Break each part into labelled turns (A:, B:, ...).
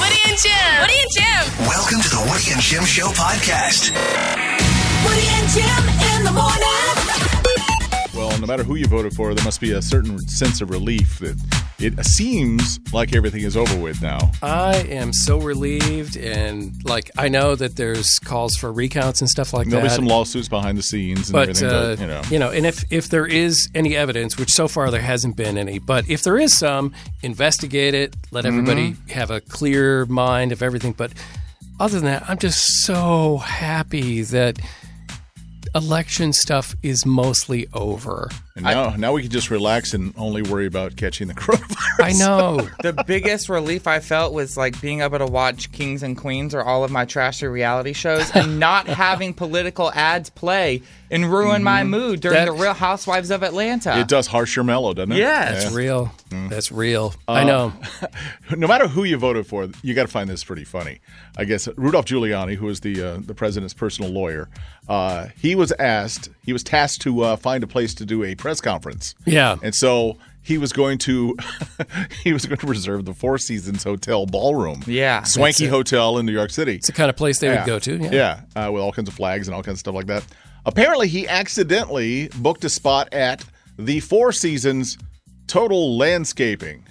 A: Woody and Jim. Woody and Jim.
B: Welcome to the Woody and Jim Show podcast.
A: Woody and Jim in the morning.
C: Well, no matter who you voted for, there must be a certain sense of relief that it seems like everything is over with now.
D: I am so relieved, and like I know that there's calls for recounts and stuff like
C: There'll
D: that.
C: be some lawsuits behind the scenes and
D: but
C: everything,
D: uh,
C: but, you know.
D: and if if there is any evidence, which so far there hasn't been any, but if there is some, investigate it. Let everybody have a clear mind of everything. But other than that, I'm just so happy that election stuff is mostly over.
C: And now, now we can just relax and only worry about catching the coronavirus.
D: I know.
E: The biggest relief I felt was like being able to watch Kings and Queens or all of my trashy reality shows and not having political ads play and ruin
D: Mm-hmm.
E: my mood during
D: That-
E: the Real Housewives of Atlanta.
C: It does harsh your mellow, doesn't it? Mm. Uh,
E: Yes.
D: That's real. That's real. I know.
C: no matter who you voted for, you got to find this pretty funny. I guess Rudolph Giuliani, who is the uh, the president's personal lawyer, uh, he was asked, he was tasked to uh, find a place to do a press conference.
D: Yeah.
C: and so he was going to he was going to reserve the Four Seasons Hotel ballroom.
E: Yeah.
C: swanky hotel in New York City.
D: It's the kind of place they would go to. Yeah.
C: yeah, uh, with all kinds of flags and all kinds of stuff like that. Apparently, he accidentally booked a spot at the Four Seasons Total Landscaping.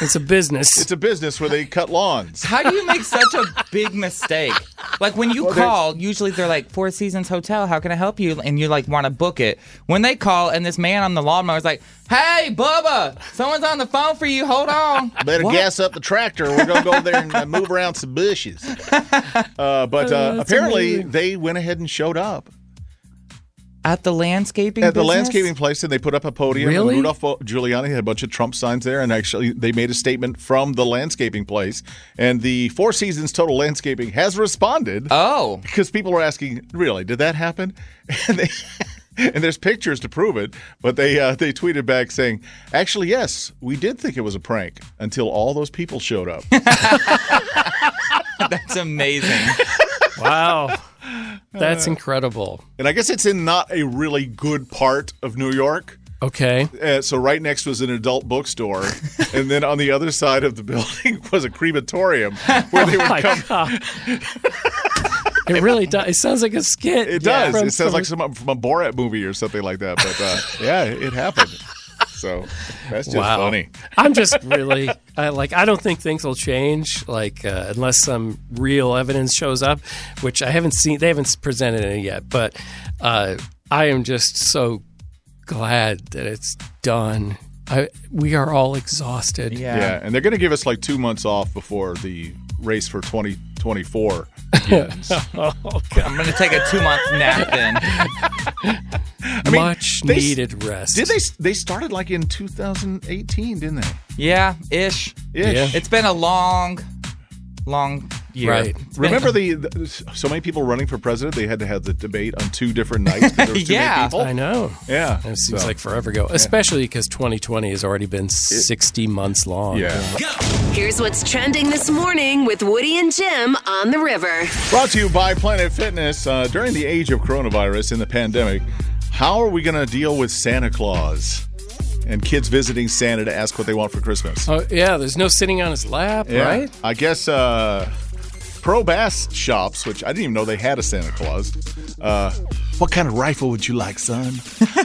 D: It's a business.
C: It's a business where they cut lawns.
E: How do you make such a big mistake? Like when you call, usually they're like Four Seasons Hotel. How can I help you? And you like want to book it. When they call and this man on the lawnmower is like, "Hey, Bubba, someone's on the phone for you. Hold on."
C: Better gas up the tractor. We're gonna go there and uh, move around some bushes. Uh, but uh, apparently, they went ahead and showed up
E: At the landscaping.
C: at the
E: business?
C: landscaping place, and they put up a podium.
D: Really?
C: And Rudolph Giuliani had a bunch of Trump signs there, and actually, they made a statement from the landscaping place. And the Four Seasons Total Landscaping has responded
E: Oh,
C: because people are asking, really, did that happen? And, they, and there's pictures to prove it, but they uh, they tweeted back saying, actually, yes, we did think it was a prank until all those people showed up.
E: that's amazing.
D: Wow. That's incredible.
C: and I guess it's in not a really good part of New York.
D: Okay.
C: Uh, so right next was an adult bookstore, and then on the other side of the building was a crematorium where they would
D: Oh My
C: come.
D: God. It really does. It sounds like a skit.
C: It
D: Yeah.
C: does.
D: From
C: it sounds like
D: some-
C: some from a Borat movie or something like that. But uh, yeah, it happened. So that's just
D: wow.
C: funny.
D: I'm just really I, like I don't think things will change like uh, unless some real evidence shows up, which I haven't seen. They haven't presented any yet, but uh, I am just so glad that it's done. I, we are all exhausted.
E: Yeah.
C: Yeah, and they're going to give us like two months off before the race for 2024.
E: I'm gonna take a two month nap then.
C: mean,
D: Much
C: they s-
D: needed rest.
C: Did they? They started like in 2018, didn't they?
E: Yeah, ish.
C: Ish.
D: Yeah.
E: It's been a long, long year.
D: Right.
E: It's been-
C: Remember the, the so many people running for president? They had to have the debate on two different nights. 'cause there were too many
E: Yeah.
C: people.
D: I know.
C: Yeah,
D: It seems
C: so.
D: like forever ago, especially because 2020 has already been 60 months long.
C: Yeah.
F: Here's what's trending this morning with Woody and Jim on the river.
C: Brought to you by Planet Fitness. Uh, during the age of coronavirus in the pandemic, how are we going to deal with Santa Claus and kids visiting Santa to ask what they want for Christmas?
D: Oh, yeah. There's no sitting on his lap,
C: Yeah.
D: right?
C: I guess uh, Pro Bass Shops, which I didn't even know they had a Santa Claus. Uh, what kind of rifle would you like, son?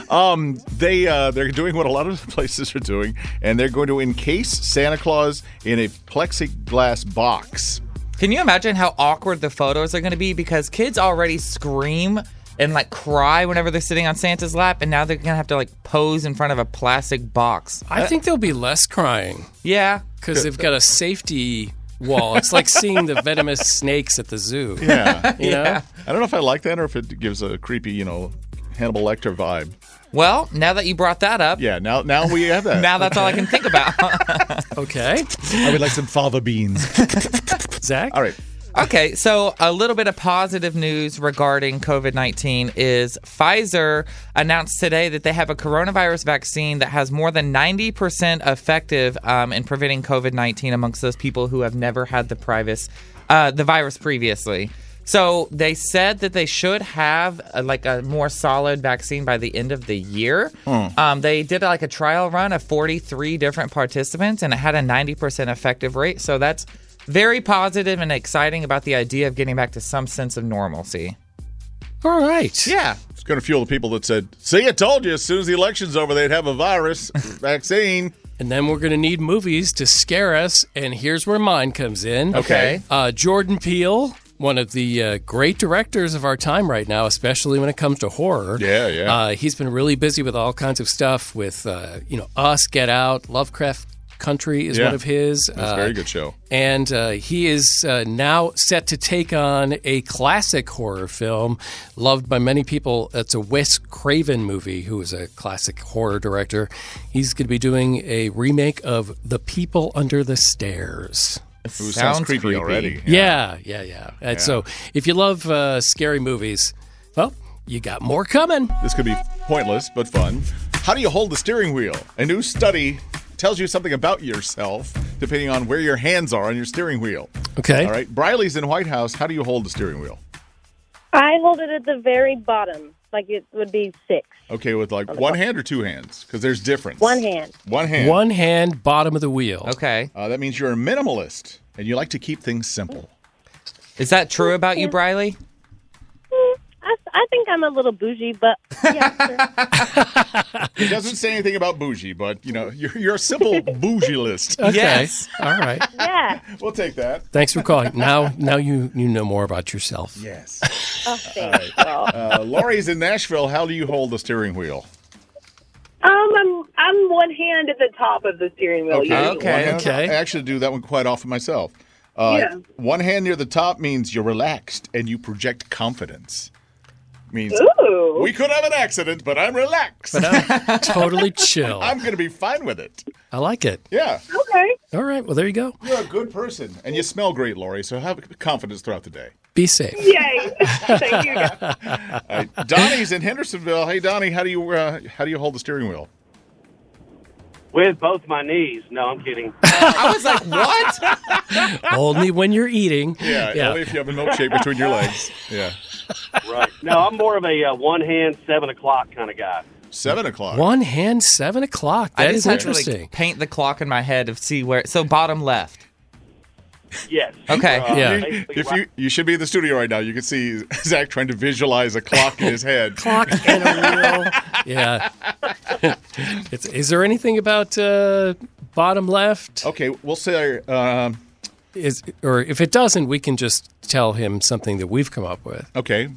C: um, they uh, they're doing what a lot of places are doing, and they're going to encase Santa Claus in a plexiglass box.
E: Can you imagine how awkward the photos are going to be? Because kids already scream and like cry whenever they're sitting on Santa's lap, and now they're going to have to like pose in front of a plastic box.
D: I think there'll be less crying
E: Yeah.
D: because they've got a safety wall. It's like seeing the venomous snakes at the zoo.
C: Yeah,
D: You know?
C: I don't know if I like that or if it gives a creepy, you know, Hannibal Lecter vibe.
E: Well, now that you brought that up,
C: Yeah, now now we have that.
E: now that's all I can think about.
D: Okay.
C: I would like some fava beans.
D: Zach?
C: all right.
E: Okay, so a little bit of positive news regarding COVID 19 is Pfizer announced today that they have a coronavirus vaccine that has more than 90% effective um, in preventing COVID 19 amongst those people who have never had the, privis, uh, the virus previously. So they said that they should have uh like a more solid vaccine by the end of the year. Um, they did like a trial run of 43 different participants, and it had a 90% effective rate. So that's very positive and exciting about the idea of getting back to some sense of normalcy.
D: All right.
E: Yeah.
C: It's going to fuel the people that said, "See, I told you. As soon as the election's over, they'd have a virus vaccine."
D: And then we're going to need movies to scare us. And here's where mine comes in.
E: Okay.
D: Uh, Jordan Peele, one of the uh, great directors of our time right now, especially when it comes to horror.
C: Yeah, yeah.
D: Uh, he's been really busy with all kinds of stuff with, uh, you know, Us, Get Out, Lovecraft Country is
C: Yeah.
D: one of his.
C: It's a very good show.
D: And uh, he is uh, now set to take on a classic horror film loved by many people. It's a Wes Craven movie, who is a classic horror director. He's going to be doing a remake of The People Under the Stairs.
C: Who sounds, creepy, already.
D: Yeah, yeah, yeah. And so if you love uh, scary movies, well, you got more coming.
C: This could be pointless but fun. How do you hold the steering wheel? A new study tells you something about yourself depending on where your hands are on your steering wheel.
D: Okay.
C: All right. Briley's in White House. How do you hold the steering wheel?
G: I hold it at the very bottom, like it would be six.
C: Okay, with like one hand or two hands, because there's difference.
G: One hand.
C: One hand.
D: One hand, bottom of the wheel.
E: Okay.
C: Uh, that means you're a minimalist and you like to keep things simple.
E: Is that true about you, Briley?
G: Hmm, I, I think I'm a little bougie, but yeah, sure.
C: It doesn't say anything about bougie, but you know, you're, you're a simple bougie list.
D: Okay.
E: Yes.
D: All right.
G: yeah.
C: We'll take that.
D: Thanks for calling. Now, now you you know more about yourself.
C: Yes.
G: Oh, thanks. Well,
C: Uh, Lori's in Nashville. How do you hold the steering wheel?
G: um, I'm I'm one hand at the top of the steering wheel.
C: Okay.
G: usually.
E: Okay.
C: One-
D: Okay.
C: I actually do that one quite often myself. Uh,
G: Yeah.
C: One hand near the top means you're relaxed and you project confidence. Means
G: Ooh.
C: we could have an accident, but I'm relaxed.
D: totally chill.
C: I'm going to be fine with it.
D: I like it.
C: Yeah.
G: okay.
D: All right. Well, there you go.
C: You're a good person. And you smell great, Lori, so have confidence throughout the day.
D: Be safe.
G: Yay. Thank you. guys.
C: All right. Donnie's in Hendersonville. Hey, Donnie, how do you uh, how do you hold the steering wheel?
H: With both my knees. No, I'm kidding.
E: I was like, what?
D: Only when you're eating.
C: Yeah, only Uh, if you have a milkshake between your legs. Yeah.
H: right. No, I'm more of a uh, one hand, seven o'clock kind of guy.
C: Seven o'clock.
D: One hand, seven o'clock.
E: I
D: That
E: just
D: is
E: had to like
D: interesting.
E: paint the clock in my head of see where. So bottom left.
H: Yes.
E: Okay.
H: Uh,
D: Yeah.
H: basically
C: If
H: right-
C: you you should be in the studio right now. You can see Zach trying to visualize a clock in his head.
D: Clock and a wheel. Yeah. it's, is there anything about uh, bottom left?
C: Okay, we'll say um,
D: Is or if it doesn't, we can just tell him something that we've come up with.
C: okay.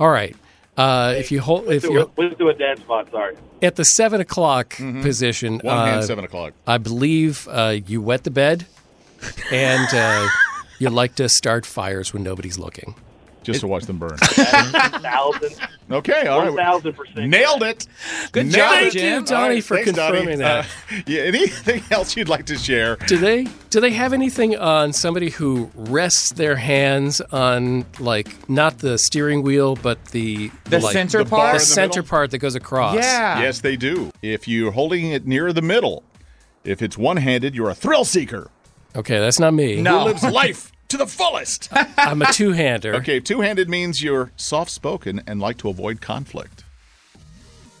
D: All right. Uh, if you hold, if
H: let's do
D: you're
H: a- let's do a dead spot. Sorry.
D: at the seven o'clock position,
C: Mm-hmm. One hand,
D: uh,
C: seven o'clock.
D: I believe uh, you wet the bed, and uh, you like to start fires when nobody's looking.
C: just to watch them burn.
H: Thousand.
C: Okay, all right.
H: 1000%.
C: Nailed it.
D: Good
C: Nailed
D: job, Jim.
C: it.
D: Thank you, Donnie,
C: All right,
D: for
C: thanks, Donnie.
D: confirming that.
C: Uh, yeah, anything else you'd like to share?
D: Do they do they have anything on somebody who rests their hands on like not the steering wheel but the
C: The
D: like,
C: center
D: the
C: part?
D: the
C: The
D: center
C: middle?
D: part that goes across?
C: Yes, they do. If you're holding it near the middle, if it's one handed, you're a thrill seeker.
D: Okay, that's not me.
C: Who lives life to the fullest?
D: I'm a two-hander.
C: Okay, two handed means you're soft spoken and like to avoid conflict.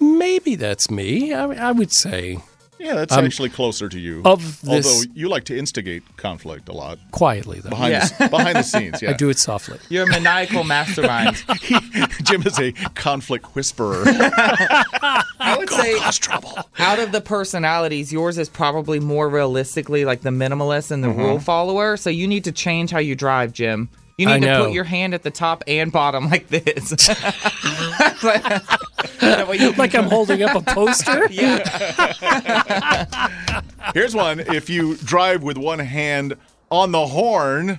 D: Maybe that's me. I, I would say
C: Yeah, that's
D: I'm
C: actually closer to you.
D: of this-
C: Although you like to instigate conflict a lot.
D: quietly though.
C: Behind, the, behind the scenes, yeah.
D: I do it softly.
E: You're a maniacal mastermind.
C: Jim is a conflict whisperer.
E: I would say out of the personalities, yours is probably more realistically like the minimalist and the
C: Mhm.
E: rule follower. So you need to change how you drive, Jim. You need
D: I
E: to
D: know.
E: put your hand at the top and bottom like this.
D: like I'm holding up a poster.
C: Here's one. If you drive with one hand on the horn,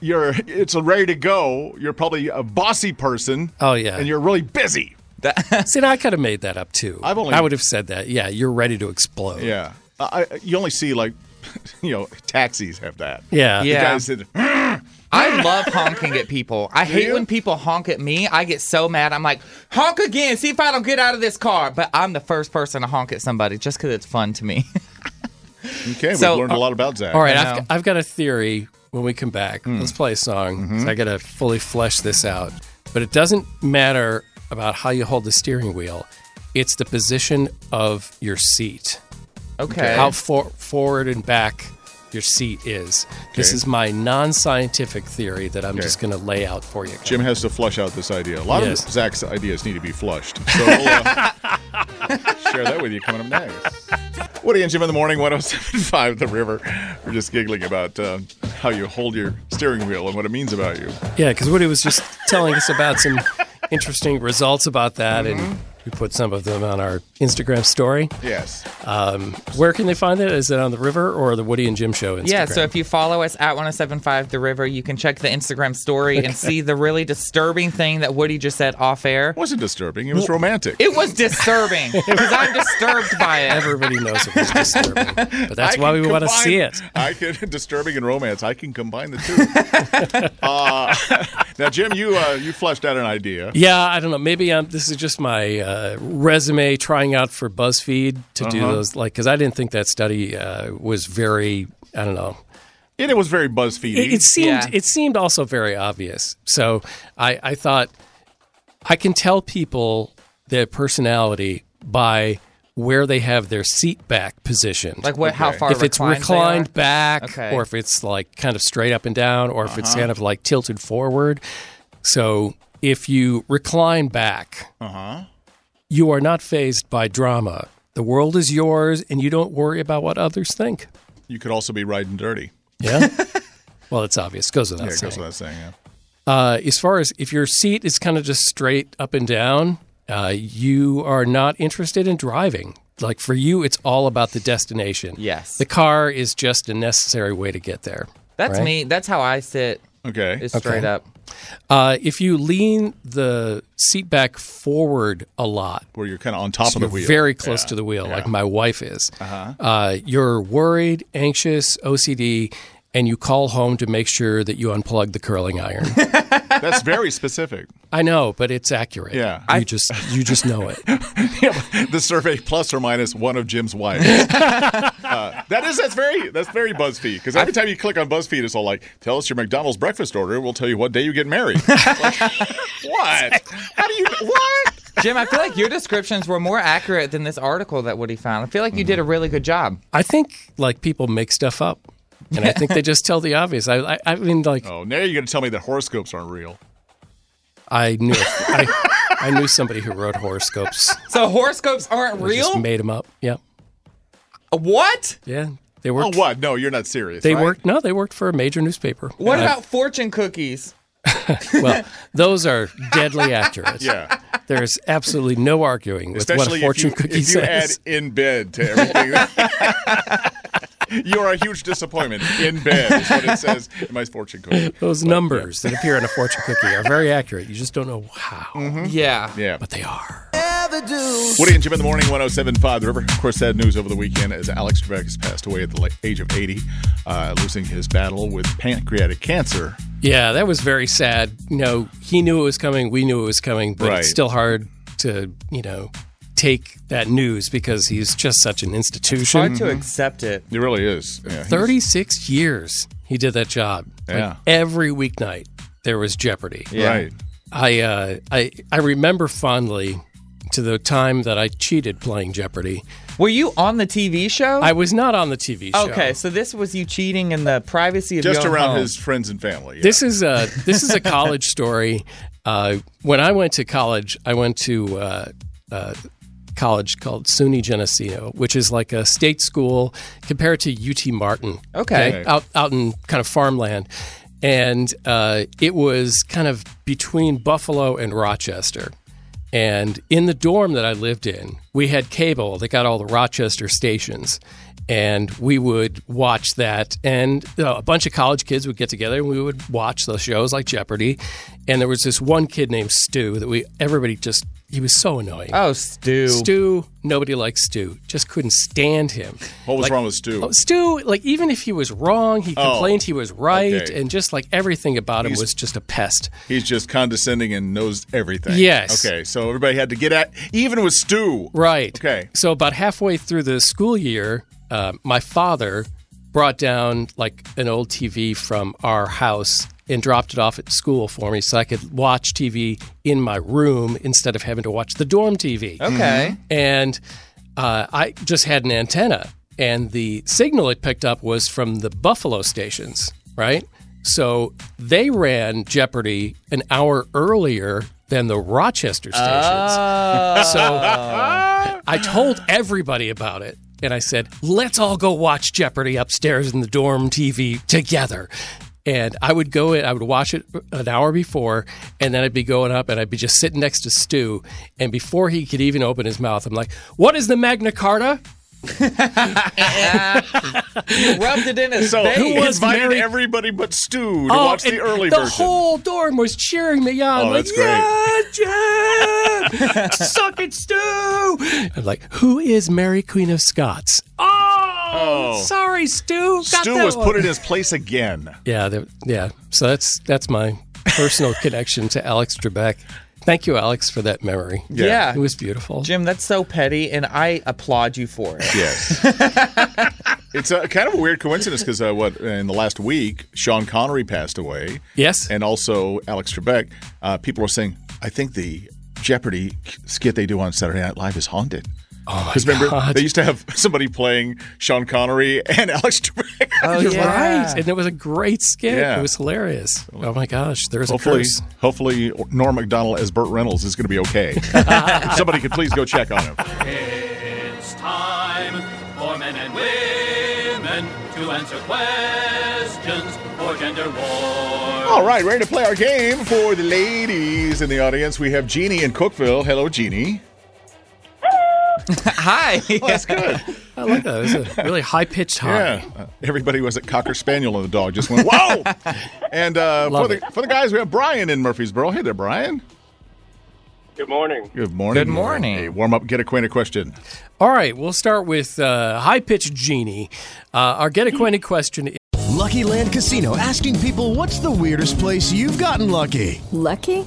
C: you're it's ready to go. You're probably a bossy person.
D: Oh yeah.
C: And you're really busy.
D: See, now I could have made that up too.
C: I've only-
D: I would have said that. Yeah, you're ready to explode.
C: Yeah. I, I- you only see like you know, taxis have that.
D: Yeah.
C: The
D: Yeah.
C: guys that
E: I love honking at people. I
C: Do
E: hate
C: you?
E: when people honk at me. I get so mad. I'm like, honk again. See if I don't get out of this car. But I'm the first person to honk at somebody just because it's fun to me.
C: Okay,
E: So-
C: we've learned
D: uh,
C: a lot about Zach.
D: All right,
E: I know. Hmm.
D: I've, I've got a theory when we come back. Let's play a song.
E: Mm-hmm.
D: So I got to fully flesh this out. But it doesn't matter about how you hold the steering wheel, it's the position of your seat.
E: Okay.
D: How for, forward and back your seat is. This
C: Okay.
D: is my non scientific theory that I'm
C: Okay.
D: just going to lay out for you.
C: Jim has to flush out this idea. A lot
D: Yes.
C: of Zach's ideas need to be flushed. So we'll uh, share that with you coming up next. Woody and Jim in the morning, 1075 The River. We're just giggling about uh, how you hold your steering wheel and what it means about you.
D: Yeah, because Woody was just telling us about some interesting results about that,
E: Mm-hmm.
D: and we put some of them on our Instagram story.
C: Yes.
D: Um, where can they find it? Is it on the river or the Woody and Jim Show Instagram?
E: Yeah, so if you follow us at 1075 The River, you can check the Instagram story and see the really disturbing thing that Woody just said off air.
C: wasn't disturbing. It was romantic.
E: It was disturbing because I'm disturbed by it.
D: Everybody knows it was disturbing, but that's
C: I
D: why we
C: can
D: want to
C: combine-
D: see it.
C: I can disturbing and romance. I can combine the two. uh, now, Jim, you uh, you fleshed out an idea.
D: Yeah, I don't know. Maybe i this is just my uh, resume trying out for BuzzFeed to do
C: Uh-huh.
D: those, like, because I didn't think that study uh, was very, I don't know.
C: And it was very BuzzFeed.
D: It, it seemed it seemed also very obvious. So I, I thought I can tell people their personality by where they have their seat back positioned.
E: Like what- how Okay. far
D: If it's
E: reclined they
D: reclined
E: are?
D: back,
E: Okay.
D: or if it's like kind of straight up and down, or if it's
E: Uh-huh.
D: kind of like tilted forward. So if you recline back,
C: uh-huh.
D: you are not phased by drama. The world is yours, and you don't worry about what others think.
C: You could also be riding dirty.
D: Yeah. well, it's obvious. Goes
C: Yeah,
D: without
C: it
D: saying.
C: goes without saying. Yeah.
D: Uh, as far as if your seat is kind of just straight up and down, uh, you are not interested in driving. Like for you, it's all about the destination.
E: Yes.
D: The car is just a necessary way to get there.
E: That's
D: right?
E: me. That's how I sit.
C: Okay.
E: Is
D: Okay.
E: straight up.
D: Uh, if you lean the seat back forward a lot,
C: where you're kind of on top of the
D: you're
C: wheel.
D: very close
C: Yeah,
D: to the wheel,
C: yeah.
D: like my wife is,
C: Uh-huh.
D: uh, you're worried, anxious, OCD, and you call home to make sure that you unplug the curling iron.
C: That's very specific.
D: I know, but it's accurate.
C: Yeah.
D: you just you just know it.
C: the survey plus or minus one of Jim's wives. Uh, that is that's very that's very BuzzFeed because every time you click on BuzzFeed, it's all like, "Tell us your McDonald's breakfast order. We'll tell you what day you get married." Like, what? How do you what?
E: Jim, I feel like your descriptions were more accurate than this article that Woody found. I feel like you did a really good job.
D: I think like people make stuff up, and I think they just tell the obvious. I I, I mean like
C: Oh, now you're going to tell me that horoscopes aren't real.
D: I knew I, I knew somebody who wrote horoscopes.
E: So horoscopes aren't
D: They Just
E: real?
D: made them up. Yeah,
E: what?
D: yeah. They
C: Oh,
D: worked.
C: what? No, you're not serious.
D: They
C: right?
D: worked. No, they worked for a major newspaper.
E: What
D: And I-
E: about fortune cookies?
D: well, those are deadly accurate.
C: Yeah.
D: There is absolutely no arguing with
C: Especially
D: what a fortune
C: if you,
D: cookie
C: if you
D: says.
C: add in bed to everything. You're a huge disappointment in bed, is what it says in my fortune cookie.
D: Those numbers that appear in a fortune cookie are very accurate. You just don't know how.
C: Mm-hmm.
E: Yeah.
C: Yeah. But
D: they are.
C: Woody and Jim in the morning, 1075 The River. Of course, sad news over the weekend as Alex Trebek has passed away at the la- age of 80, uh, losing his battle with pancreatic cancer.
D: Yeah, that was very sad. You know, he knew it was coming. We knew it was coming, but
C: Right.
D: it's still hard to, you know, take that news because he's just such an institution.
E: hard to Mhm. accept it.
C: It really is. Yeah, he's-
D: 36 years he did that job.
C: Yeah.
D: Like every weeknight there was Jeopardy.
C: Yeah. Right.
D: I uh, I I remember fondly to the time that I cheated playing Jeopardy.
E: Were you on the TV show?
D: I was not on the TV show.
E: Okay, so this was you cheating in the privacy of
C: Just
E: your own
C: around
E: home.
C: his friends and family. yeah.
D: This is a this is a college story. Uh, when I went to college, I went to uh, uh, college called SUNY Geneseo, which is like a state school compared to UT Martin.
E: Okay.
D: out out in kind of farmland, and uh, it was kind of between Buffalo and Rochester. And in the dorm that I lived in, we had cable that got all the Rochester stations. And we would watch that. And you know, a bunch of college kids would get together and we would watch those shows like Jeopardy. And there was this one kid named Stu that we, everybody just, he was so annoying.
E: Oh, Stu.
D: Stu, nobody liked Stu. Just couldn't stand him.
C: What was
D: Like-
C: wrong with Stu?
D: Oh, Stu, like, even if he was wrong, he
C: Oh,
D: complained he was right.
C: okay.
D: And just like everything about him
C: He's-
D: was just a pest.
C: He's just condescending and knows everything.
D: Yes.
C: Okay, so everybody had to get at, even with Stu.
D: Right.
C: Okay.
D: So about halfway through the school year, uh, my father brought down like an old TV from our house and dropped it off at school for me so I could watch TV in my room instead of having to watch the dorm TV.
E: Okay. Mhm.
D: Mm-hmm. And uh, I just had an antenna, and the signal it picked up was from the Buffalo stations, right? So they ran Jeopardy an hour earlier than the Rochester stations. So I told everybody about it. And I said, let's all go watch Jeopardy upstairs in the dorm TV together. And I would go in, I would watch it an hour before, and then I'd be going up and I'd be just sitting next to Stu. And before he could even open his mouth, I'm like, what is the Magna Carta?
E: You rubbed it in his
C: So
E: face.
C: who was invited
D: Mary-
C: everybody but Stu to
D: Oh,
C: watch the
D: and
C: early
D: the
C: version.
D: whole dorm was cheering me on.
C: Oh,
D: like,
C: that's great.
D: yeah, Jim! Suck it, Stu! I'm like, who is Mary Queen of Scots?
C: oh,
D: Sorry, Stu. Got
C: Stu
D: that
C: was
D: one.
C: put in his place again.
D: Yeah, there- yeah. So that's that's my personal connection to Alex Trebek. Thank you, Alex, for that memory.
E: Yeah. Yeah.
D: it was beautiful.
E: Jim, that's so petty, and I applaud you for it.
C: Yes. it's a, kind of a weird coincidence because uh, what in the last week Sean Connery passed away.
D: Yes.
C: and also Alex Trebek. Uh, people are saying, I think the Jeopardy skit they do on Saturday Night Live is haunted.
D: Oh my
C: Because remember,
D: God.
C: they used to have somebody playing Sean Connery and Alex Trebek.
E: Oh,
D: You're
E: yeah.
D: right, and it was a great skit.
C: uh, Yeah.
D: It was hilarious. Oh my gosh, there's a
C: Hopefully,
D: curse.
C: hopefully Norm Macdonald as Burt Reynolds is going to be okay. If somebody could please go check on him.
I: It's time for men and women to answer questions for gender wars.
E: Oh,
C: All right, ready to play our game for the ladies in the audience. We have Jeannie in Cookville. Hello, Jeannie.
E: Hi.
C: That's good.
D: I like that. It was a really high pitched high.
C: Yeah, uh, everybody was a cocker spaniel and the dog just went whoa. and uh, for
D: Love
C: the
D: it.
C: for the guys, we have Brian in Murfreesboro. Hey there, Brian.
H: Good morning.
C: Good morning.
E: Good morning.
C: A warm up, get acquainted question.
D: All right, we'll start with uh, high pitched genie. Uh, our get acquainted question
J: Lucky Land Casino asking people what's the weirdest place you've gotten lucky?
K: Lucky?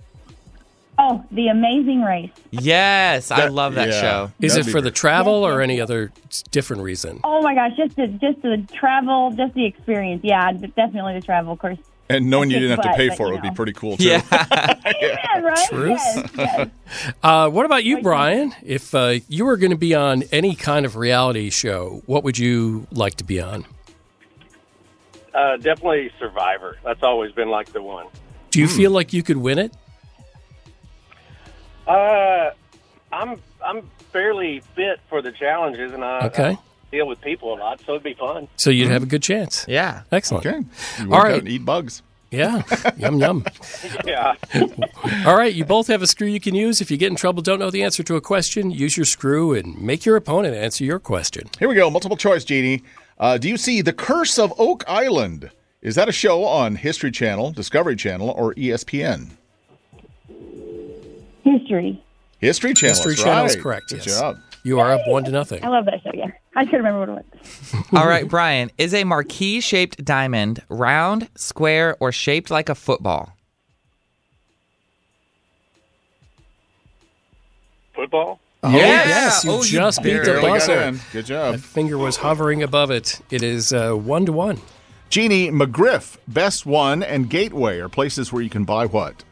L: Oh, The Amazing Race.
E: Yes, I
C: That-
E: love that
C: yeah.
E: show.
D: Is
C: That'd
D: it
C: be
D: for the
C: great.
D: travel or any other s- different reason?
L: Oh my gosh, just the just the travel, just the experience. Yeah, I'd definitely the travel, of course.
C: And knowing you
L: It's
C: didn't have to
L: butt,
C: pay
L: but,
C: for it
L: you
C: would be
L: know.
C: pretty cool too.
L: Yeah, right? Yes, yes.
D: uh, what about you, Brian? If uh, you were going to be on any kind of reality show, what would you like to be on?
H: Uh, definitely Survivor. That's always been like the one.
D: Do you feel like you could win it?
H: Uh, I'm I'm fairly fit for the challenges, and I,
D: Okay.
H: I deal with people a lot, so it'd be fun.
D: So you'd have a good chance.
E: Yeah.
D: Excellent.
C: Okay. You
D: All
C: work out
D: right.
C: and eat bugs.
D: Yeah. yum yum.
H: Yeah.
D: All right. You both have a screw you can use. If you get in trouble, don't know the answer to a question, use your screw and make your opponent answer your question.
C: Here we go. Multiple choice, Jeannie. Uh, do you see The Curse of Oak Island? Is that a show on History Channel, Discovery Channel, or E ESPN?
L: History.
C: History Channel.
D: History
C: that's
D: Channel is
C: right.
D: correct,
C: Good
D: yes.
C: job.
D: You are up one to nothing.
L: I love that show, yeah. I should remember what it was.
E: All right, Brian. Is a marquee shaped diamond round, square, or shaped like a football?
H: Football.
D: Oh,
E: Yeah.
D: yes, you
E: Oh, you
D: just beat the
E: barely got
D: buzzer.
E: in.
C: Good job.
D: My finger was hovering above it. It is uh, one to one.
C: Jeannie, McGriff, Best One, and Gateway are places where you can buy what?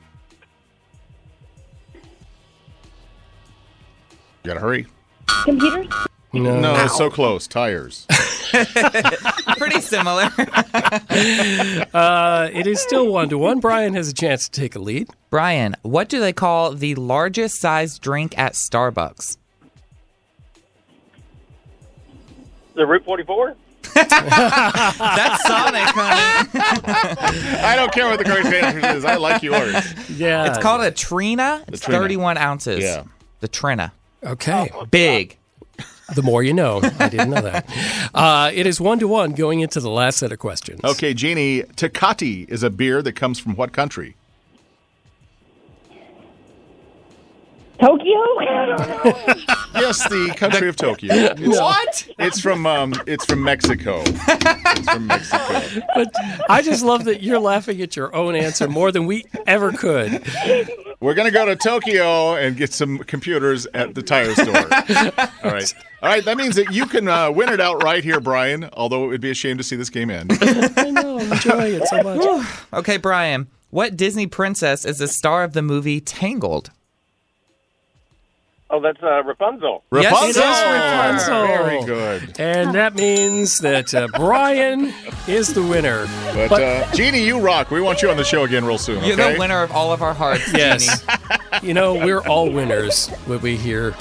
C: You gotta hurry.
L: Computers?
D: No.
C: No, so close. Tires.
E: Pretty similar.
D: Uh, it is still one to one. Brian has a chance to take a lead.
E: Brian, what do they call the largest sized drink at Starbucks?
H: The Route 44.
E: That's Sonic, honey.
C: I don't care what the correct answer is. I like yours.
D: Yeah.
E: It's called a Trina. It's
C: Uh, Trina.
E: 31 ounces.
C: Yeah.
E: The Trina.
D: Okay.
L: Oh,
E: Big.
D: The more you know. I didn't know that. Uh, it is one to one going into the last set of questions.
C: Okay, Jeannie, Tecate is a beer that comes from what country?
L: Tokyo? I don't know.
C: Yes, the country of Tokyo. It's,
E: What?
C: it's from um, it's from Mexico. It's from Mexico.
D: But I just love that you're laughing at your own answer more than we ever could.
C: We're gonna go to Tokyo and get some computers at the tire store. All right, all right. That means that you can uh, win it out right here, Brian. Although it would be a shame to see this game end.
D: I know. I'm enjoying it so much.
E: Okay, Brian, what Disney princess is the star of the movie Tangled?
H: Oh, that's uh, Rapunzel.
E: Yes, it is
D: Rapunzel.
C: Very good.
D: And that means that uh, Brian is the winner.
C: But uh, Jeannie, you rock. We want you on the show again real soon. Okay?
E: You're the winner of all of our hearts,
D: Yes.
E: Jeannie.
D: You know, we're all winners when we hear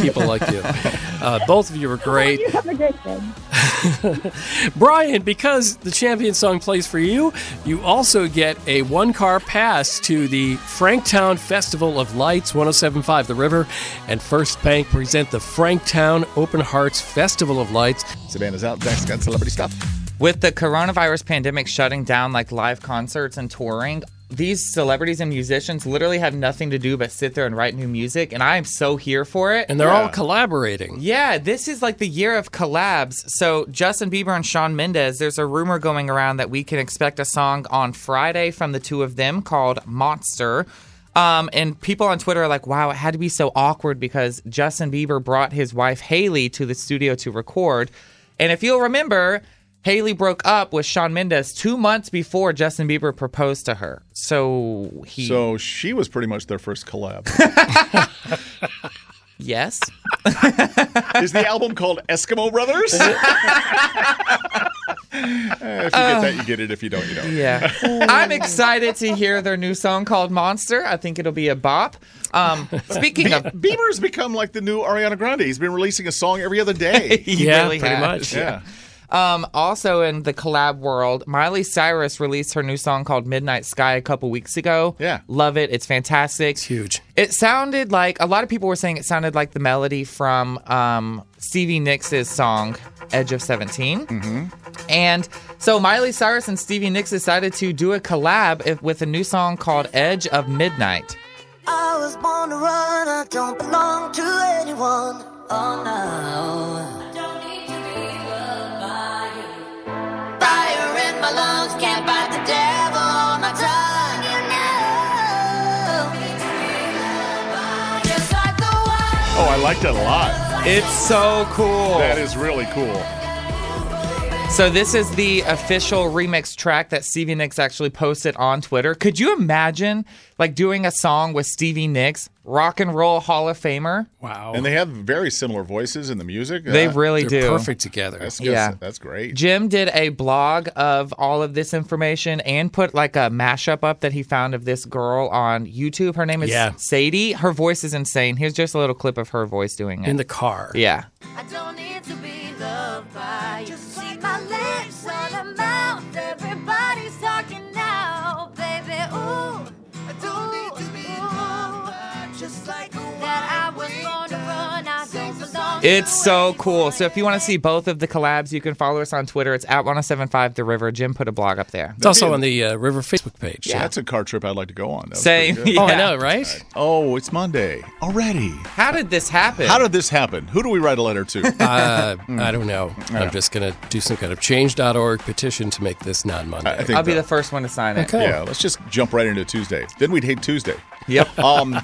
D: people like you. Uh, both of you are great.
L: You have a great day.
D: Brian, because the champion song plays for you, you also get a one car pass to the Franktown Festival of Lights 1075 The River and First Bank present the Franktown Open Hearts Festival of Lights.
C: Savannah's out. Zach's got celebrity stuff.
E: With the coronavirus pandemic shutting down like live concerts and touring, these celebrities and musicians literally have nothing to do but sit there and write new music, and I am so here for it.
D: And they're all collaborating.
E: Yeah, this is like the year of collabs. So Justin Bieber and Sean Mendez, there's a rumor going around that we can expect a song on Friday from the two of them called Monster. Um, and people on Twitter are like, wow, it had to be so awkward because Justin Bieber brought his wife Haley to the studio to record. And if you'll remember, Haley broke up with Sean Mendez two months before Justin Bieber proposed to her. So he,
C: So she was pretty much their first collab.
E: yes.
C: Is the album called Eskimo Brothers? Eh, if you get that, you get it. If you don't, you don't.
E: Yeah. I'm excited to hear their new song called Monster. I think it'll be a bop. Um, speaking of,
C: Bieber's become like the new Ariana Grande. He's been releasing a song every other day.
E: he
D: yeah,
E: really
D: pretty
E: has.
D: much.
C: Yeah.
E: Um, also in the collab world, Miley Cyrus released her new song called Midnight Sky a couple weeks ago.
C: Yeah.
E: Love it. It's fantastic. It's
D: Huge.
E: It sounded like a lot of people were saying it sounded like the melody from um, Stevie Nicks' song "Edge of 17. Mm-hmm. And so Miley Cyrus and Stevie Nicks decided to do a collab if- with a new song called "Edge of Midnight."
A: I was born to run, I don't belong to anyone. Oh no. Don't need to be loved by you. Fire in my lungs, can't fight the devil on my tongue, you know. Just like the one
C: Oh, I like that a lot.
E: It's so cool.
C: That is really cool.
E: So this is the official remix track that Stevie Nicks actually posted on Twitter. Could you imagine like doing a song with Stevie Nicks, rock and roll Hall of Famer?
D: Wow.
C: And they have very similar voices in the music.
E: They really
C: they're
E: do.
D: perfect together.
C: That's,
E: Yeah.
C: yeah. that's great.
E: Jim did a blog of all of this information and put like a mashup up that he found of this girl on YouTube. Her name is
D: Yeah.
E: Sadie. Her voice is insane. Here's just a little clip of her voice doing it
D: In the car.
E: Yeah.
A: I don't need to be loved by you. See my lips on a mouth. Everybody's talking now, baby. Ooh, I don't need to be loved by just like a that I was born to run. I don't belong.
E: It's so cool. So if you want to see both of the collabs, you can follow us on Twitter. It's at 1075 The River. Jim put a blog up there.
D: It's also on the uh, River Facebook page.
C: Yeah, that's a car trip I'd like to go on. That was
E: Same.
C: pretty good.
D: Oh, I know, right?
C: Oh, it's Monday already.
E: How did this happen?
C: How did this happen? Who do we write a letter to?
D: Uh, I don't know.
C: Mm.
D: I'm just going to do some kind of change.org petition to make this non Monday.
C: think
E: I'll be
C: so.
E: the first one to sign it.
D: Okay.
C: Uh, Yeah, let's just jump right into Tuesday. Then we'd hate Tuesday.
E: Yep.
C: Um,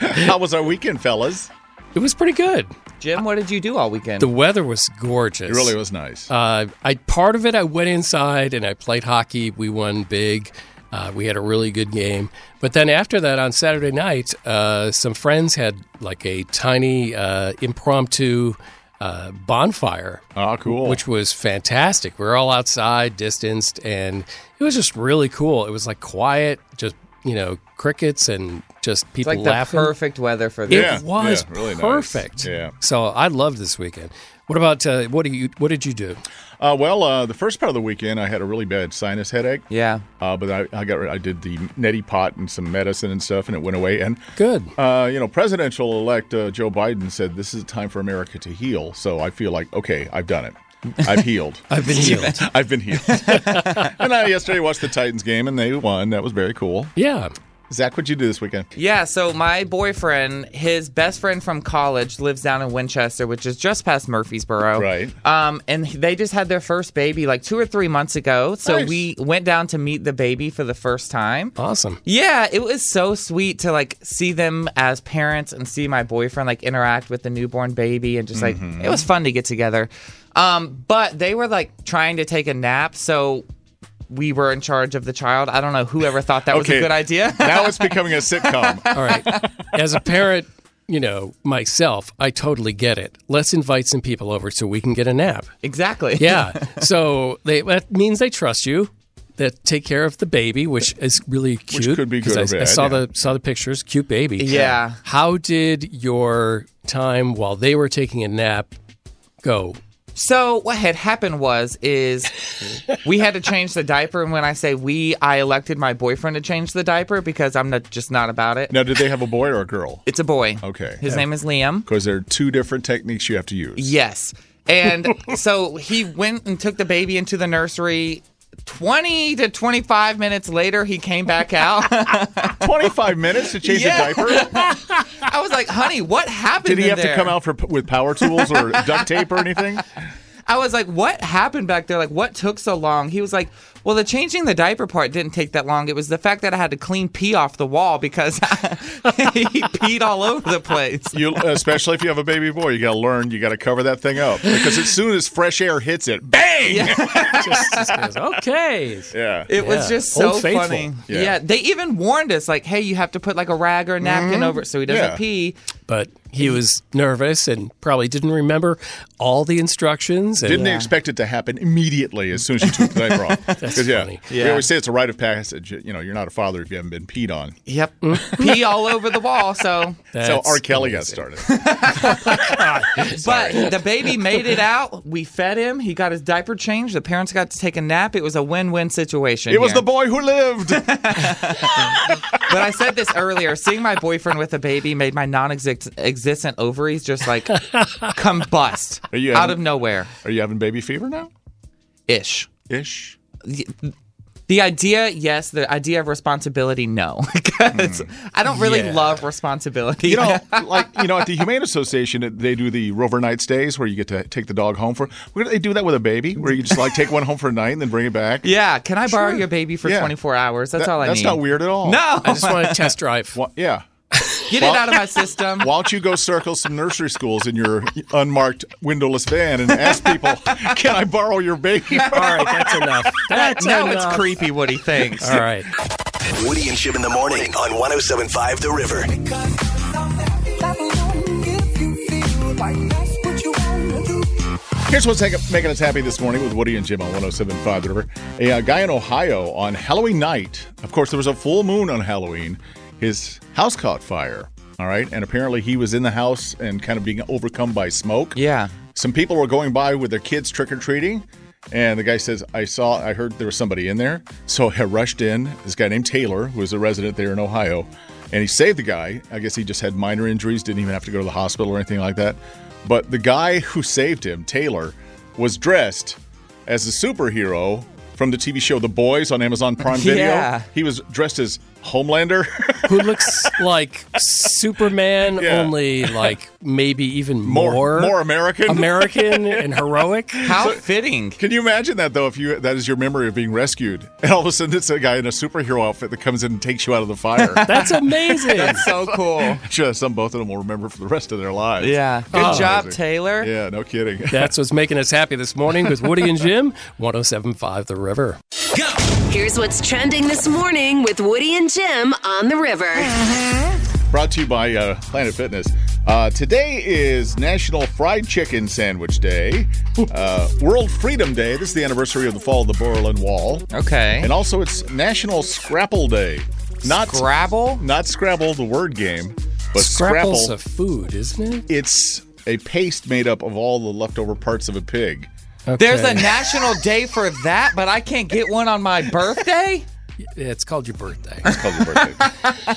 C: how was our weekend, fellas?
D: It was pretty good.
E: Jim, what did you do all weekend?
D: The weather was gorgeous.
C: It really was nice.
D: Uh, I part of it. I went inside and I played hockey. We won big. Uh, we had a really good game. But then after that, on Saturday night, uh, some friends had like a tiny uh, impromptu uh, bonfire.
C: Oh, cool.
D: Which was fantastic. We were all outside, distanced, and it was just really cool. It was like quiet, just you know, crickets and just
E: It's
D: people
E: like the
D: laughing.
E: perfect weather for
D: It
E: this.
D: was
C: yeah, really nice.
D: perfect.
C: Yeah.
D: So I loved this weekend. What about uh, what do you what did you do?
C: Uh, well, uh, the first part of the weekend, I had a really bad sinus headache.
E: Yeah.
C: Uh, but I, I got rid- I did the neti pot and some medicine and stuff, and it went away. And
D: Good.
C: uh, you know, Presidential elect uh, Joe Biden said this is a time for America to heal. So I feel like okay, I've done it. I've healed.
D: I've been healed.
C: I've been healed. and I yesterday watched the Titans game, and they won. That was very cool.
D: Yeah.
C: Zach, what'd you do this weekend?
E: Yeah, so my boyfriend, his best friend from college, lives down in Winchester, which is just past Murfreesboro.
C: Right.
E: Um, and they just had their first baby like two or three months ago. So
D: Nice.
E: we went down to meet the baby for the first time.
D: Awesome.
E: Yeah, it was so sweet to like see them as parents and see my boyfriend like interact with the newborn baby and just like
C: Mm-hmm.
E: it was fun to get together. Um, but they were like trying to take a nap, so we were in charge of the child. I don't know whoever thought that was a
C: Okay.
E: good idea.
C: now it's becoming a sitcom.
D: All right. As a parent, you know, myself, I totally get it. Let's invite some people over so we can get a nap.
E: exactly.
D: Yeah. So they, that means they trust you. That take care of the baby, which is really cute.
C: could be
D: 'cause
C: good or
D: I, I
C: bad,
D: saw
C: yeah.
D: the saw the pictures. Cute baby.
E: Yeah.
D: How did your time while they were taking a nap go?
E: So what had happened was is we had to change the diaper, and when I say we, I elected my boyfriend to change the diaper because I'm not just not about it.
C: Now, did they have a boy or a girl?
E: It's a boy.
C: Okay.
E: His name is Liam.
C: Because there are two different techniques you have to use.
E: Yes. And so he went and took the baby into the nursery. 20 to 25 minutes later, he came back out.
C: 25 minutes to change
E: Yeah.
C: a diaper?
E: I was like, honey, what happened?
C: Did he
E: in
C: have to
E: there?
C: come out for, with power tools or duct tape or anything?
E: I was like, what happened back there? Like, what took so long? He was like, well, the changing the diaper part didn't take that long. It was the fact that I had to clean pee off the wall because he peed all over the place.
C: You, especially if you have a baby boy, you got to learn, you got to cover that thing up. Because as soon as fresh air hits it, bang! Yeah.
D: Just- just goes, okay.
E: It was
D: Yeah.
E: just so
D: Old Faithful.
E: funny.
C: Yeah.
E: Yeah. they even warned us, like, hey, you have to put like a rag or a napkin over it so he doesn't
C: Mm-hmm. Yeah.
E: pee.
D: But he was nervous and probably didn't remember all the instructions. And
C: Didn't expect it to happen immediately as soon as you took the diaper off. That's yeah,
D: funny.
C: We
E: Yeah.
C: always say it's a rite of passage. You know, you're not a father if you haven't been peed on.
E: Yep. pee all over the wall. So,
C: so
D: That's
C: R. Kelly
D: amazing.
C: got started.
E: but the baby made it out. We fed him. He got his diaper changed. The parents got to take a nap. It was a win win situation.
C: It was
E: here.
C: the boy who lived.
E: But I said this earlier. Seeing my boyfriend with a baby made my non-existent ovaries just like combust
C: Are you
E: out
C: having-
E: of nowhere.
C: Are you having baby fever now?
E: Ish.
C: Ish.
E: The idea, yes. The idea of responsibility, no. Because I don't really
D: Yeah.
E: love responsibility.
C: You know, like you know, at the Humane Association, they do the Rover Nights days where you get to take the dog home for. Where do they do that with a baby? Where you just like take one home for a night and then bring it back?
E: yeah. Can I borrow your baby for
C: Yeah.
E: 24 hours? That's
C: That-
E: all I
C: that's
E: need.
C: not weird at all.
E: No.
D: I just want to test drive.
C: Wha- yeah.
E: Get it out of my system.
C: Why don't you go circle some nursery schools in your unmarked windowless van and ask people, can I borrow your baby? All
D: right, that's enough.
E: That's now it's creepy what he thinks.
D: All right.
B: Woody and Jim in the morning on 1075 The River.
C: Here's what's hang- making us happy this morning with Woody and Jim on 1075 The River. A uh, guy in Ohio on Halloween night, of course, there was a full moon on Halloween, his house caught fire. All right. And apparently he was in the house and kind of being overcome by smoke.
E: Yeah.
C: Some people were going by with their kids trick or treating. And the guy says, I saw, I heard there was somebody in there. So I rushed in. This guy named Taylor, who was a resident there in Ohio, and he saved the guy. I guess he just had minor injuries, didn't even have to go to the hospital or anything like that. But the guy who saved him, Taylor, was dressed as a superhero from the TV show The Boys on Amazon Prime Video.
E: Yeah.
C: He was dressed as Homelander.
D: Who looks like Superman, only like maybe even more,
C: more American.
D: American and heroic.
E: How fitting.
C: Can you imagine that though? If you that is your memory of being rescued, and all of a sudden it's a guy in a superhero outfit that comes in and takes you out of the fire.
D: That's amazing.
E: That's so cool.
C: Sure, some both of them will remember for the rest of their lives.
E: Yeah. Good
D: Oh.
C: Amazing.
E: job, Taylor.
C: Yeah, no kidding.
D: That's what's making us happy this morning with Woody and Jim, 1075 The River.
F: Here's what's trending this morning with Woody and Jim on the river.
C: Brought to you by uh, Planet Fitness. Uh, today is National Fried Chicken Sandwich Day, uh, World Freedom Day. This is the anniversary of the fall of the Berlin Wall.
E: Okay.
C: And also, it's National Scrapple Day. Not
E: Scrabble?
C: Not Scrabble, the word game, but
D: Scrapple's
C: Scrapple.
D: a food, isn't it?
C: it's a paste made up of all the leftover parts of a pig.
E: There's a national day for that, but I can't get one on my birthday?
D: It's called your birthday.
C: It's called the birthday.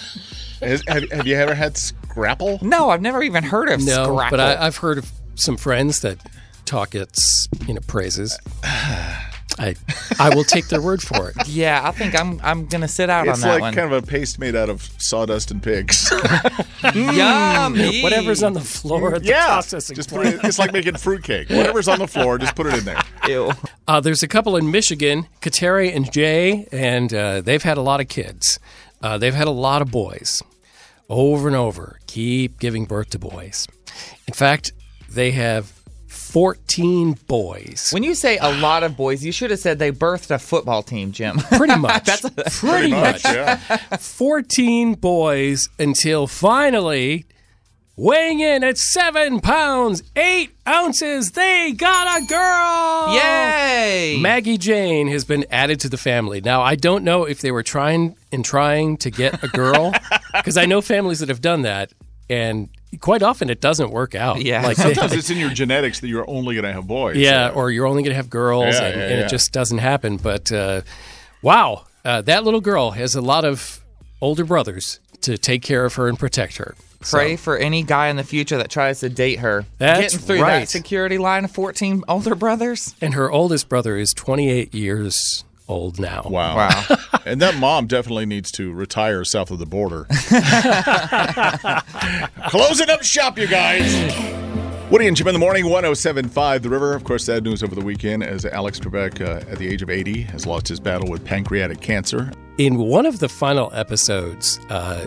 C: Has- have, have you ever had Scrapple?
E: No, I've never even heard of
D: No,
E: Scrabble.
D: but I, I've heard of some friends that talk its you know praises. I I will take their word for it.
E: yeah, I think I'm I'm gonna sit out
C: It's
E: on that
C: like
E: one.
C: kind of a paste made out of sawdust and pigs.
E: Yummy.
D: Whatever's on the floor at the
C: Yeah.
D: processing
C: Just put
D: plant.
C: it, it's like making fruitcake. Whatever's on the floor, just put it in there.
E: Ew.
D: Uh, there's a couple in Michigan, Kateri and Jay, and uh, they've had a lot of kids. Uh, they've had a lot of boys over and over. Keep giving birth to boys. In fact, they have 14 boys.
E: When you say a lot of boys, you should have said they birthed a football team, Jim.
D: Pretty much.
E: That's
D: pretty much.
C: yeah.
D: 14 boys until finally, weighing in at seven pounds, eight ounces, they got a girl!
E: Yay!
D: Maggie Jane has been added to the family. Now, I don't know if they were trying and trying to get a girl, because I know families that have done that, and quite often it doesn't work out.
E: Yeah.
D: they-
C: Sometimes it's in your genetics that you're only going to have boys.
D: yeah, or you're only going to have girls,
C: Yeah,
D: and,
C: yeah,
D: and
C: yeah.
D: it just doesn't happen. But uh, wow, uh, that little girl has a lot of older brothers to take care of her and protect her. So-
E: Pray for any guy in the future that tries to date her.
D: That's
E: Getting through
D: right.
E: that security line of 14 older brothers.
D: and her oldest brother is 28 years old now.
C: Wow.
E: Wow.
C: And that mom definitely needs to retire south of the border. Closing up shop, you guys. Woody and Jim in the morning, 1075 The River. Of course, sad news over the weekend as Alex Trebek, uh, at the age of 80, has lost his battle with pancreatic cancer.
D: In one of the final episodes, uh,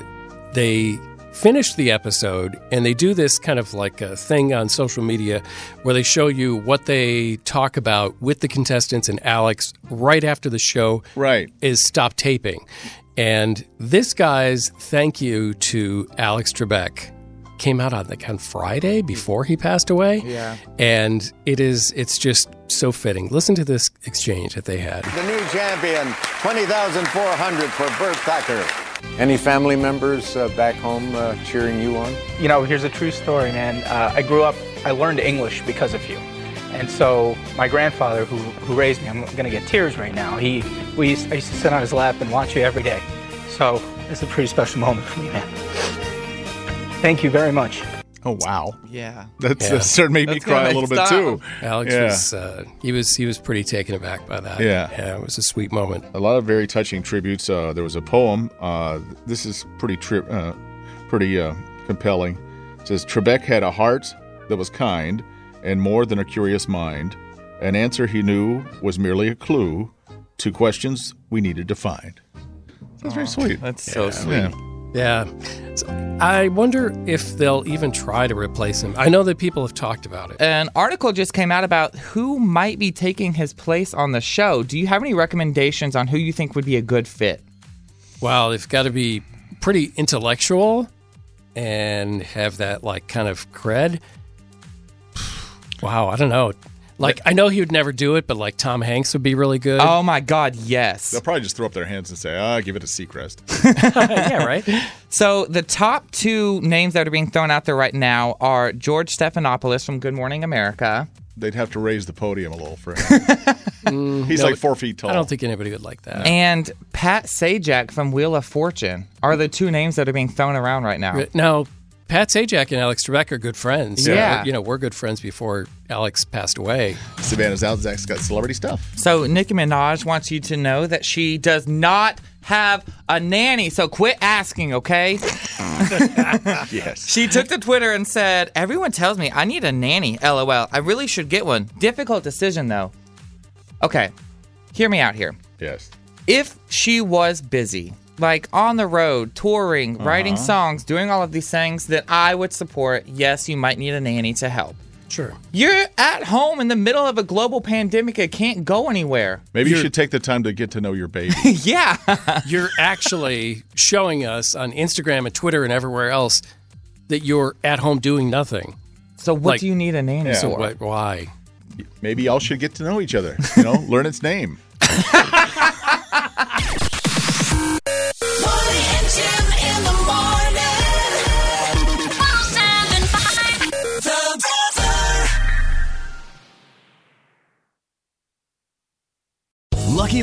D: they finish the episode and they do this kind of like a thing on social media where they show you what they talk about with the contestants and Alex right after the show
C: Right.
D: is stop taping. And this guy's thank you to Alex Trebek came out on like on Friday before he passed away.
E: Yeah.
D: And it is it's just so fitting. Listen to this exchange that they had.
M: The new champion, 20,400 for Bert Thacker. Any family members uh, back home uh, cheering you on?
N: You know, here's a true story, man. Uh, I grew up, I learned English because of you. And so my grandfather, who, who raised me, I'm gonna get tears right now. He, we used, I used to sit on his lap and watch you every day. So it's a pretty special moment for me, man. Thank you very much.
C: Oh, wow.
E: Yeah.
C: That's,
D: Yeah.
C: That sort of made me
E: That's
C: cry a
E: gonna
C: little
E: stop.
C: bit, too.
D: Alex
C: Yeah.
D: was uh, he was he was pretty taken aback by that.
C: Yeah.
D: it was a sweet moment.
C: a lot of very touching tributes. Uh, there was a poem. Uh, this is pretty tri- uh, pretty uh, compelling. It says Trebek had a heart that was kind and more than a curious mind. An answer he knew was merely a clue to questions we needed to find. That's very sweet.
E: That's so sweet.
C: Yeah.
D: Yeah. So I wonder if they'll even try to replace him. I know that people have talked about it.
E: An article just came out about who might be taking his place on the show. Do you have any recommendations on who you think would be a good fit?
D: Well, they've got to be pretty intellectual and have that like kind of cred. Wow, I don't know. Like I know he would never do it, but like Tom Hanks would be really good.
E: Oh my God, yes.
C: They'll probably just throw up their hands and say, ah, give it a Seacrest.
D: yeah, right.
E: So the top two names that are being thrown out there right now are George Stephanopoulos from Good Morning America.
C: They'd have to raise the podium a little for him. He's
D: no,
C: like four feet tall.
D: I don't think anybody would like that.
E: And Pat Sajak from Wheel of Fortune are the two names that are being thrown around right now.
D: Now, Pat Sajak and Alex Trebek are good friends.
E: Yeah.
D: Uh, you know, we're good friends before Alex passed away.
C: Savannah's out. Zach's got celebrity stuff.
E: So Nicki Minaj wants you to know that she does not have a nanny. So quit asking, okay?
C: yes.
E: She took to Twitter and said, "Everyone tells me I need a nanny. LOL. I really should get one. Difficult decision though." Okay. Hear me out here.
C: Yes.
E: If she was busy, like on the road, touring, writing
D: Uh-huh.
E: songs, doing all of these things, then I would support, yes, you might need a nanny to help.
D: Sure.
E: You're at home in the middle of a global pandemic and can't go anywhere.
C: Maybe you should take the time to get to know your baby.
E: yeah.
D: You're actually showing us on Instagram and Twitter and everywhere else that you're at home doing nothing.
E: So what do you need a nanny
C: Yeah.
D: So
C: for?
D: what, why?
C: Maybe y'all should get to know each other. You know, learn its name.
J: Lucky